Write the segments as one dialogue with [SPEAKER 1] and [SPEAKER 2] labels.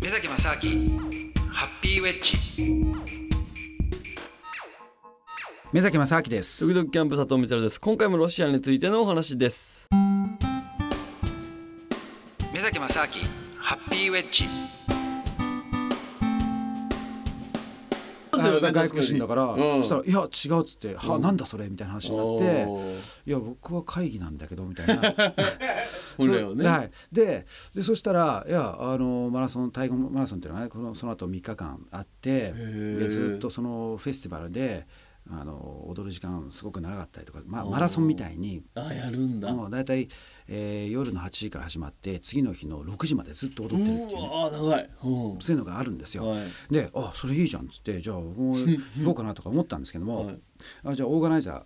[SPEAKER 1] 目崎正明ハッピーウェッジ目崎正明です
[SPEAKER 2] 時々キャンプ佐藤光です今回もロシアについてのお話です
[SPEAKER 1] 目崎正明ハッピーウェッジ外国人だから、そしたら「いや違う」っつって「はなんだそれ」みたいな話になって「いや僕は会議なんだけど」みたいな
[SPEAKER 2] 本来はね
[SPEAKER 1] はい、ででそしたらいやあのマラソンタイゴンマラソンっていうのがねこのその後3日間あって
[SPEAKER 2] ー
[SPEAKER 1] でずっとそのフェスティバルであの踊る時間すごく長かったりとか、まあ、マラソンみたいに
[SPEAKER 2] あやるんだう
[SPEAKER 1] もう大体、えー夜の8時から始まって次の日の6時までずっと踊ってるっていうね、
[SPEAKER 2] わー長いうん
[SPEAKER 1] そういうのがあるんですよ。
[SPEAKER 2] はい
[SPEAKER 1] であそれいいじゃんっつってじゃあ僕も行こうかなとか思ったんですけども、
[SPEAKER 2] はい
[SPEAKER 1] あじゃあオーガナイザ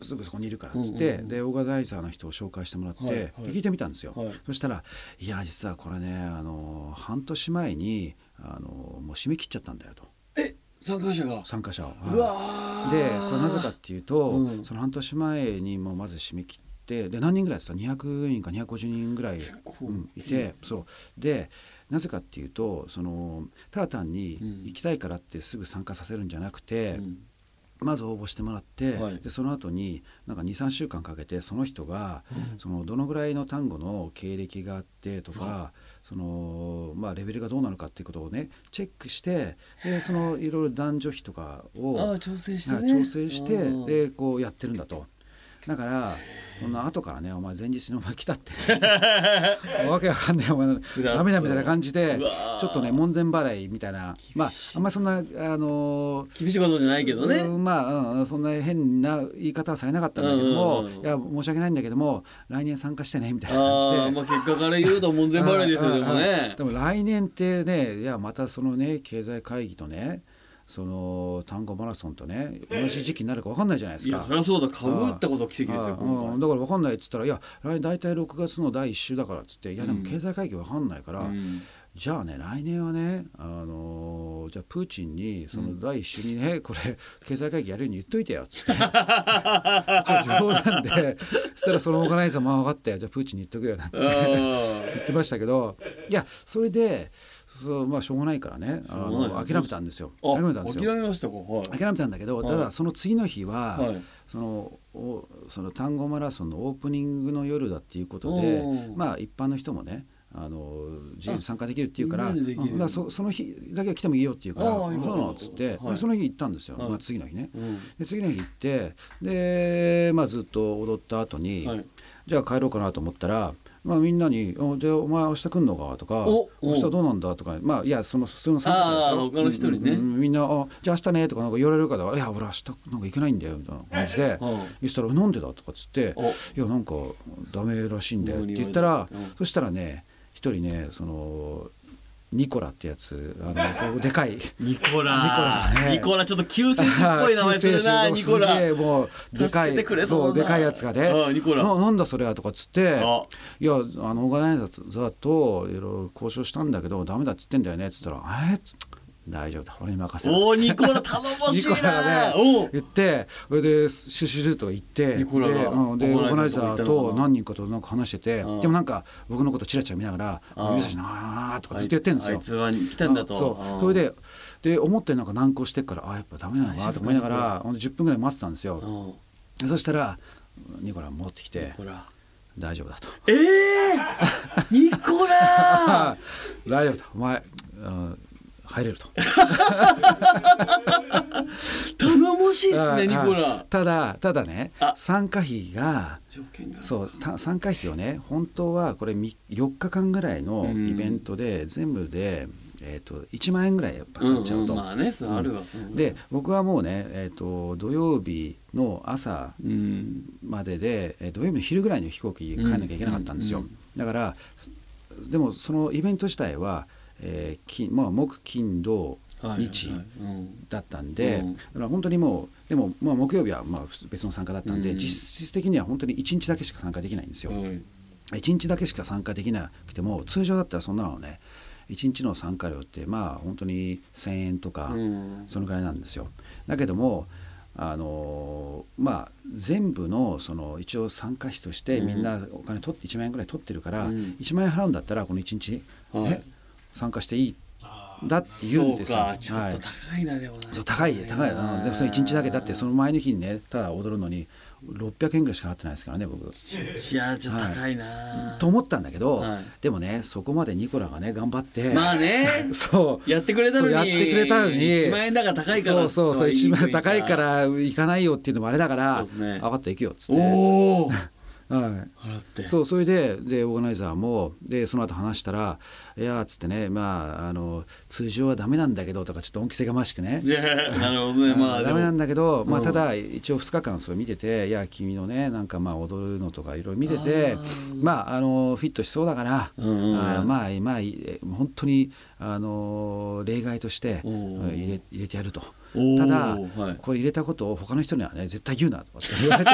[SPEAKER 1] ーすぐそこにいるからっつって、
[SPEAKER 2] うんうんうん
[SPEAKER 1] でオーガナイザーの人を紹介してもらって、
[SPEAKER 2] はいはい
[SPEAKER 1] 聞いてみたんですよ、
[SPEAKER 2] はい
[SPEAKER 1] そしたら「いや実はこれねあの半年前にあのもう締め切っちゃったんだよ」と
[SPEAKER 2] え参加者が
[SPEAKER 1] 参加者を。はいう
[SPEAKER 2] わー
[SPEAKER 1] でこれなぜかっていうと、
[SPEAKER 2] うん
[SPEAKER 1] その半年前にもうまず締め切ってで何人ぐらいやってた200人か250人ぐらい、
[SPEAKER 2] 構
[SPEAKER 1] うん、いてそうでなぜかっていうとそのただ単に
[SPEAKER 2] うん
[SPEAKER 1] 行きたいからってすぐ参加させるんじゃなくて、
[SPEAKER 2] うん
[SPEAKER 1] まず応募してもらって、
[SPEAKER 2] はい
[SPEAKER 1] でその後になんか23週間かけてその人が、そのどのぐらいの単語の経歴があってとか、そのまあ、レベルがどうなのかっていうことをねチェックしてでそのいろいろ男女比とかを
[SPEAKER 2] あー調整して
[SPEAKER 1] はい調
[SPEAKER 2] ね
[SPEAKER 1] 整して、
[SPEAKER 2] うん
[SPEAKER 1] でこうやってるんだと。だからこんな後からねお前前日にお前来たって わけわかんないお前
[SPEAKER 2] らっと
[SPEAKER 1] ダメだみたいな感じで
[SPEAKER 2] うわー
[SPEAKER 1] ちょっとね門前払いみたいなまああんまりそんなあのー
[SPEAKER 2] 厳しいことじゃないけどね
[SPEAKER 1] うんまあ、うん、そんな変な言い方はされなかったんだけども、
[SPEAKER 2] うんうんうん
[SPEAKER 1] いや申し訳ないんだけども来年参加してねみたいな
[SPEAKER 2] あ
[SPEAKER 1] 感
[SPEAKER 2] ー
[SPEAKER 1] じで
[SPEAKER 2] ま。あ結果から言うと門前払いですよ
[SPEAKER 1] う
[SPEAKER 2] で
[SPEAKER 1] んうん
[SPEAKER 2] も
[SPEAKER 1] うん
[SPEAKER 2] ね
[SPEAKER 1] でも来年ってねいやまたそのね経済会議とねその単語マラソンとね同じ時期になるか分かんないじゃないで
[SPEAKER 2] い
[SPEAKER 1] すか。
[SPEAKER 2] やそりゃそうだかぶったことは奇跡ですよ
[SPEAKER 1] ああうん
[SPEAKER 2] 今
[SPEAKER 1] だから分かんないっつったら「いや来大体6月の第1週だから」っつって「いやでも経済会議分かんないから、
[SPEAKER 2] 回うん
[SPEAKER 1] じゃあね来年はね、あのーじゃあプーチンにその第一週に ね、これ経済会議やるように言っといてよっつってちょっと冗談でそしたらそのオーガナイザーもあ分かったよじゃあプーチンに言っとくよなんつって
[SPEAKER 2] あ
[SPEAKER 1] 言ってましたけどいやそれでそう、まあ、しょうがないからねあ
[SPEAKER 2] しょうがない
[SPEAKER 1] の諦めたんですよ
[SPEAKER 2] ー
[SPEAKER 1] 諦めたん
[SPEAKER 2] あ
[SPEAKER 1] です
[SPEAKER 2] 諦
[SPEAKER 1] よ
[SPEAKER 2] めましたかはい
[SPEAKER 1] 諦めたんだけどた
[SPEAKER 2] は
[SPEAKER 1] だ
[SPEAKER 2] い
[SPEAKER 1] その次の日は、
[SPEAKER 2] はい
[SPEAKER 1] そのおその単語マラソンのオープニングの夜だっていうことで
[SPEAKER 2] おー
[SPEAKER 1] まあ一般の人もねあの自由に参加できるっていうから
[SPEAKER 2] みんなでできる
[SPEAKER 1] うんだからそその日だけは来てもいいよっていうから
[SPEAKER 2] あー
[SPEAKER 1] そう
[SPEAKER 2] よ
[SPEAKER 1] な
[SPEAKER 2] かった
[SPEAKER 1] のっつって、
[SPEAKER 2] はい
[SPEAKER 1] でその日行ったんですよ、
[SPEAKER 2] はい
[SPEAKER 1] まあ、次の日ね。
[SPEAKER 2] うん
[SPEAKER 1] で次の日行ってで、まあ、ずっと踊った後に、
[SPEAKER 2] はい
[SPEAKER 1] じゃあ帰ろうかなと思ったら、まあ、みんなに「おじゃあお前明日来んのか?」とか
[SPEAKER 2] お
[SPEAKER 1] 「明日どうなんだ?」とかまあいやその普通の参加者ですよ
[SPEAKER 2] あー他の人にね
[SPEAKER 1] うんうんうんみんな「あじゃあ明日ね」とかなんか言われるから「いや俺明日なんか行けないんだよ」みたいな感じで
[SPEAKER 2] うん
[SPEAKER 1] 言ったら「なんでだ?」とかっつって
[SPEAKER 2] お
[SPEAKER 1] 「いやなんかダメらしいんだよ」って言ったら
[SPEAKER 2] うん
[SPEAKER 1] そしたらね一人ねそのニコラってやつあのこうでか い。
[SPEAKER 2] ニ
[SPEAKER 1] ニコ
[SPEAKER 2] コラ
[SPEAKER 1] ラね
[SPEAKER 2] ニコラちょっと救世主っぽい名前する
[SPEAKER 1] 救
[SPEAKER 2] な
[SPEAKER 1] 世
[SPEAKER 2] ニ
[SPEAKER 1] 主の
[SPEAKER 2] コ
[SPEAKER 1] す
[SPEAKER 2] ラ
[SPEAKER 1] げえもうでか
[SPEAKER 2] 助けてくれ
[SPEAKER 1] い
[SPEAKER 2] そうだな
[SPEAKER 1] そうでかいやつがね
[SPEAKER 2] ああニコラ
[SPEAKER 1] ななんだそれはとかっつって
[SPEAKER 2] あ
[SPEAKER 1] いやあのオーガナイザーといろいろ交渉したんだけどダメだって言ってんだよねっつったら「えっ?」大丈夫だ俺に任せろ」
[SPEAKER 2] おおニコラ頼もしい
[SPEAKER 1] ニコラ
[SPEAKER 2] な
[SPEAKER 1] が
[SPEAKER 2] おう
[SPEAKER 1] 言ってそれでシュシュシュと行って
[SPEAKER 2] ニコラが
[SPEAKER 1] で,、うん、で
[SPEAKER 2] オ
[SPEAKER 1] オー
[SPEAKER 2] ーガ
[SPEAKER 1] ガ
[SPEAKER 2] ナ
[SPEAKER 1] ナ
[SPEAKER 2] イ
[SPEAKER 1] イ
[SPEAKER 2] ザ
[SPEAKER 1] ザ
[SPEAKER 2] ー
[SPEAKER 1] ー
[SPEAKER 2] とこと
[SPEAKER 1] 何人かとなんか話しててで
[SPEAKER 2] うん
[SPEAKER 1] もなんか僕のことチラチラ見ながら
[SPEAKER 2] うん
[SPEAKER 1] 指差しなあーとかずっとやってるんです
[SPEAKER 2] あ
[SPEAKER 1] よ
[SPEAKER 2] い。つは来たんだと
[SPEAKER 1] あそう
[SPEAKER 2] あ
[SPEAKER 1] それでで思ってなんか難航してっからあやっぱダメなのかなとか思いなが
[SPEAKER 2] 大
[SPEAKER 1] らほんで10分ぐらい待ってたんです
[SPEAKER 2] う
[SPEAKER 1] よ
[SPEAKER 2] ん
[SPEAKER 1] でそしたらニコラ戻ってきて
[SPEAKER 2] ほら
[SPEAKER 1] 「大丈夫だ」と
[SPEAKER 2] ええニコラ
[SPEAKER 1] 「 大丈夫だお前うん入れると」
[SPEAKER 2] 頼もしいっす
[SPEAKER 1] は
[SPEAKER 2] ね
[SPEAKER 1] い
[SPEAKER 2] ニコラ
[SPEAKER 1] ただただね
[SPEAKER 2] あ
[SPEAKER 1] 参加費が
[SPEAKER 2] 条件が
[SPEAKER 1] そうた参加費をね本当はこれみ4日間ぐらいのイベントで全部で、えー、と1万円ぐらいやっぱ
[SPEAKER 2] うん
[SPEAKER 1] 買っちゃうと。
[SPEAKER 2] うんまあねそれあるわその
[SPEAKER 1] で僕はもうね、えー、と土曜日の朝
[SPEAKER 2] うん
[SPEAKER 1] までで、えー土曜日の昼ぐらいの飛行機帰らなきゃいけなかったんですよ、
[SPEAKER 2] うんうん
[SPEAKER 1] だからすでもそのイベント自体は、えー金まあ、木金土
[SPEAKER 2] はい
[SPEAKER 1] 日
[SPEAKER 2] はいうん
[SPEAKER 1] だったんで、
[SPEAKER 2] うん
[SPEAKER 1] だから本当にもうでも、まあ、木曜日はまあ別の参加だったんで、
[SPEAKER 2] うん
[SPEAKER 1] 実質的には本当に1日だけしか参加できないんですよ、
[SPEAKER 2] はい
[SPEAKER 1] 1日だけしか参加できなくても通常だったらそんなのね1日の参加料ってまあ本当に1,000円とか、
[SPEAKER 2] うん
[SPEAKER 1] そのぐらいなんですよだけどもあのまあ、全部のその一応参加費としてみんなお金取って1万円ぐらい取ってるから、
[SPEAKER 2] うん
[SPEAKER 1] 1万円払うんだったらこの1日、
[SPEAKER 2] はい
[SPEAKER 1] ね参加していい
[SPEAKER 3] あ
[SPEAKER 1] だって言うんですよ。
[SPEAKER 2] そうかちょ
[SPEAKER 1] は
[SPEAKER 2] っ
[SPEAKER 1] い
[SPEAKER 2] と高いな、でもな
[SPEAKER 1] そう高い高いうんでもそれ1日だけだってその前の日にねただ踊るのに600円ぐらいしか払ってないですからね僕。
[SPEAKER 2] いやちょっと高いな、
[SPEAKER 1] と思ったんだけど、
[SPEAKER 2] はい
[SPEAKER 1] でもねそこまでニコラがね頑張って、
[SPEAKER 2] まあね
[SPEAKER 1] そう
[SPEAKER 2] やってくれたのに
[SPEAKER 1] そうやってくれたのに
[SPEAKER 2] 1万円だから高いから
[SPEAKER 1] そうそうそう一番高いからら行かないよっていうのもあれだから
[SPEAKER 2] そうですね
[SPEAKER 1] 分かった行くよっつって、
[SPEAKER 2] おお
[SPEAKER 1] は
[SPEAKER 2] 払って
[SPEAKER 1] い、そうそれででオーガナイザーもでその後話したら「いや」っつってねまああの通常はダメなんだけどとかちょっと恩着せがましくね
[SPEAKER 2] じゃあなるほどねまあ
[SPEAKER 1] ダメなん
[SPEAKER 2] だ
[SPEAKER 1] だけど、まあ、
[SPEAKER 2] うん
[SPEAKER 1] ただ一応2日間それ見てていや君のねなんかまあ踊るのとかいろいろ見てて
[SPEAKER 2] あー
[SPEAKER 1] まああのフィットしそうだから、
[SPEAKER 2] うんうんうん
[SPEAKER 1] あーまあまあいいえ本当にあの例外として
[SPEAKER 2] おー
[SPEAKER 1] 入れ入れてやると。
[SPEAKER 2] おー
[SPEAKER 1] ただ、
[SPEAKER 2] はい
[SPEAKER 1] これ入れたことを他の人にはね絶対言うなとかって言わ れて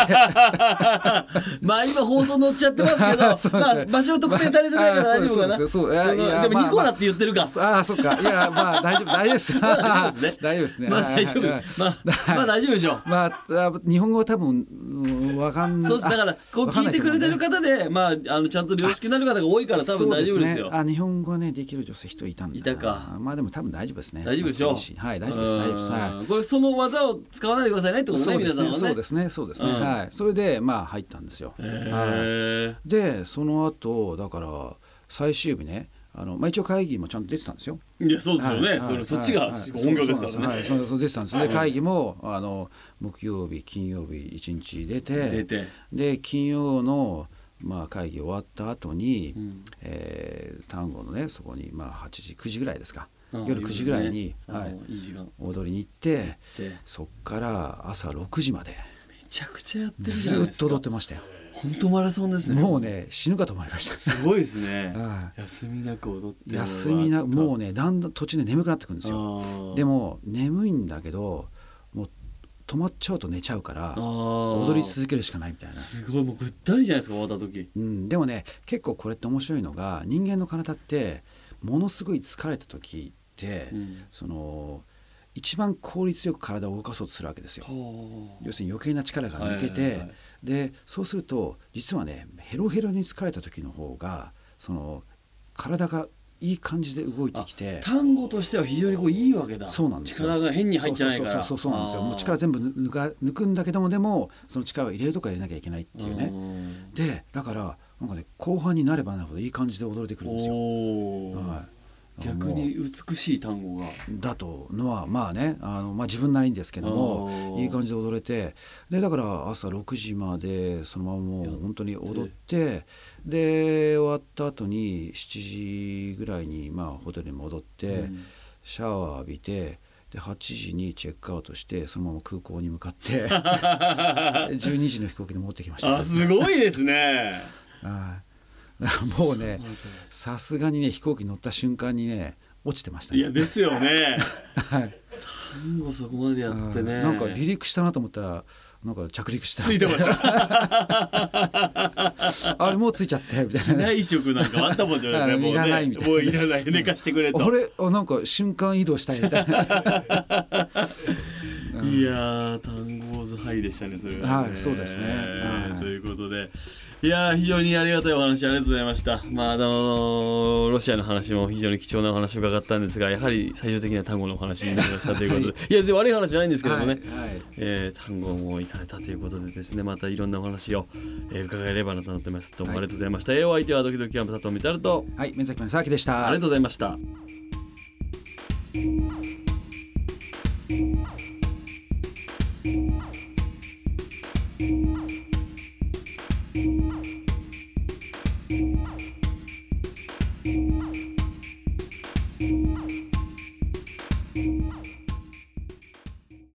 [SPEAKER 2] まあ今放送載っちゃってますけど
[SPEAKER 1] そうですね
[SPEAKER 2] まあ場所を特定されてないから大丈夫かな、
[SPEAKER 1] まあそうですそうですそういや
[SPEAKER 2] その
[SPEAKER 1] いや
[SPEAKER 2] でも
[SPEAKER 1] まあ
[SPEAKER 2] ニコラって言ってるか、
[SPEAKER 1] ああそっかいやまあ大丈夫大丈夫 です
[SPEAKER 2] まあ大丈夫です ね
[SPEAKER 1] 大丈夫ですね
[SPEAKER 2] まあ大丈夫、
[SPEAKER 1] はいはいはい
[SPEAKER 2] まあ、まあ大丈夫でしょう
[SPEAKER 1] まああ日本語は多分うんわかんない
[SPEAKER 2] そうですだからこう聞いてくれてる方で、まああのちゃんと良識になる方が多いから多分大丈夫ですよ
[SPEAKER 1] そうね、あ日本語はねできる女性一人いたんだない
[SPEAKER 2] たか
[SPEAKER 1] まあでも多分大丈夫ですね
[SPEAKER 2] 大丈夫でしょう
[SPEAKER 1] はい大丈夫です大丈夫です
[SPEAKER 2] う
[SPEAKER 1] は
[SPEAKER 2] んこれその技を使わないでくださいねって
[SPEAKER 1] い
[SPEAKER 2] ことね
[SPEAKER 1] そうで
[SPEAKER 2] 皆
[SPEAKER 1] す
[SPEAKER 2] さん
[SPEAKER 1] ねそう
[SPEAKER 2] はね
[SPEAKER 1] ですねそうですね、
[SPEAKER 2] うん
[SPEAKER 1] はいそれでまあ入ったんですよ、はい
[SPEAKER 2] へ
[SPEAKER 1] でその後だから最終日ねあのまあ一応会議もちゃんと出てたんですよ
[SPEAKER 2] えいやそうですよね、
[SPEAKER 1] はい
[SPEAKER 2] そ
[SPEAKER 1] は
[SPEAKER 2] れ
[SPEAKER 1] い
[SPEAKER 2] そっちが
[SPEAKER 1] はい
[SPEAKER 2] 本業ですからね、
[SPEAKER 1] はいそうそう出てたんですね、
[SPEAKER 2] はい
[SPEAKER 1] で会議もあの木曜日金曜日一日出て
[SPEAKER 2] 出て、
[SPEAKER 1] で金曜のまあ会議終わった後に、
[SPEAKER 2] うん
[SPEAKER 1] えー丹後のねそこにまあ8時9時ぐらいですか
[SPEAKER 2] うん
[SPEAKER 1] 夜9時ぐらいに、
[SPEAKER 2] 夜ね
[SPEAKER 1] はい
[SPEAKER 2] あの、いい時間
[SPEAKER 1] 踊りに行って
[SPEAKER 2] でめ
[SPEAKER 1] そっから朝6時まで
[SPEAKER 2] ちゃくちゃやってるじ
[SPEAKER 1] ず
[SPEAKER 2] ゃないで
[SPEAKER 1] ーっ
[SPEAKER 2] すか
[SPEAKER 1] と踊ってましたよ
[SPEAKER 2] 本当マラソンですね
[SPEAKER 1] もうね死ぬかと思いました
[SPEAKER 2] すごいですね
[SPEAKER 1] は
[SPEAKER 2] 休みなく踊っ
[SPEAKER 1] い
[SPEAKER 2] て
[SPEAKER 1] 休みなもう
[SPEAKER 2] ね
[SPEAKER 1] ねだんだん途中で眠くなってくるんですよで
[SPEAKER 2] も
[SPEAKER 1] も眠いんだけどもう止まっちゃうと寝ちゃうから
[SPEAKER 2] 踊
[SPEAKER 1] 踊り続けるしかないみたいな、
[SPEAKER 2] すごいもうぐったりじゃないですか終わった時
[SPEAKER 1] うん、でもね結構これって面白いのが人間の体ってものすごい疲れた時って、
[SPEAKER 2] うん
[SPEAKER 1] その一番効率よく体を動かそうとするわけですよ。要するに余計な力が抜けて、
[SPEAKER 2] はいはいはい
[SPEAKER 1] でそうすると実はねヘロヘロに疲れた時の方がその体がいい感じで動いてきて
[SPEAKER 2] 単語としては非常にこういいわけだ
[SPEAKER 1] そうなんですよ
[SPEAKER 2] 力が変に入ってないから
[SPEAKER 1] そうそうそうそうそうなんですよもう力
[SPEAKER 2] っ
[SPEAKER 1] 全部抜か抜くんだけどもでもその力を入れるとか入れなきゃいけないっていうね
[SPEAKER 2] ね
[SPEAKER 1] でだからなんかね後半になればなるほどいい感じで踊れてくるんですよ。
[SPEAKER 2] おー
[SPEAKER 1] はい、
[SPEAKER 2] 逆に美しい単語が
[SPEAKER 1] だとのはまあねあの、まあ、自分なりにですけども
[SPEAKER 2] おー
[SPEAKER 1] いい感じで踊れてでだから朝6時までそのままもう本当に踊ってで終わった後に7時ぐらいにまあホテルに戻って、
[SPEAKER 2] うん
[SPEAKER 1] シャワー浴びてで8時にチェックアウトしてそのまま空港に向かって 12時の飛行機で戻ってきました。
[SPEAKER 2] あすごいですね
[SPEAKER 1] はい だからもうねさすがにね飛行機乗った瞬間にね落ちてました
[SPEAKER 2] い
[SPEAKER 1] ね。
[SPEAKER 2] やです よね
[SPEAKER 1] はい
[SPEAKER 2] 単語そこまでやってね
[SPEAKER 1] なんか離陸したなと思ったらなんか着陸した
[SPEAKER 2] ついてました
[SPEAKER 1] あれもうついちゃってみたいな
[SPEAKER 2] 内職なんかあったもんじゃないです
[SPEAKER 1] あ
[SPEAKER 2] ね
[SPEAKER 1] の
[SPEAKER 2] も う
[SPEAKER 1] いらないみ
[SPEAKER 2] ね
[SPEAKER 1] たいな
[SPEAKER 2] もういらない寝かしてくれと
[SPEAKER 1] あれあなんか瞬間移動したいみたいな
[SPEAKER 2] いやー、単語図ハイでしたね、それは、
[SPEAKER 1] はいそうですねはい
[SPEAKER 2] ということで、いやー、非常にありがたいお話、ありがとうございました。まあ、あのーロシアの話も非常に貴重なお話を伺ったんですが、やはり最終的には単語のお話になりましたということで、い、や、別に悪い話じゃないんですけどもね、
[SPEAKER 1] はいはい
[SPEAKER 2] えー単語も行かれたということでですね、またいろんなお話を、えー伺えればなと思ってます。どうもありがとうございました。えーお相手はドキドキキャンプ佐藤みたると、
[SPEAKER 1] はい、目崎正明でした
[SPEAKER 2] ありがとうございました。
[SPEAKER 4] 「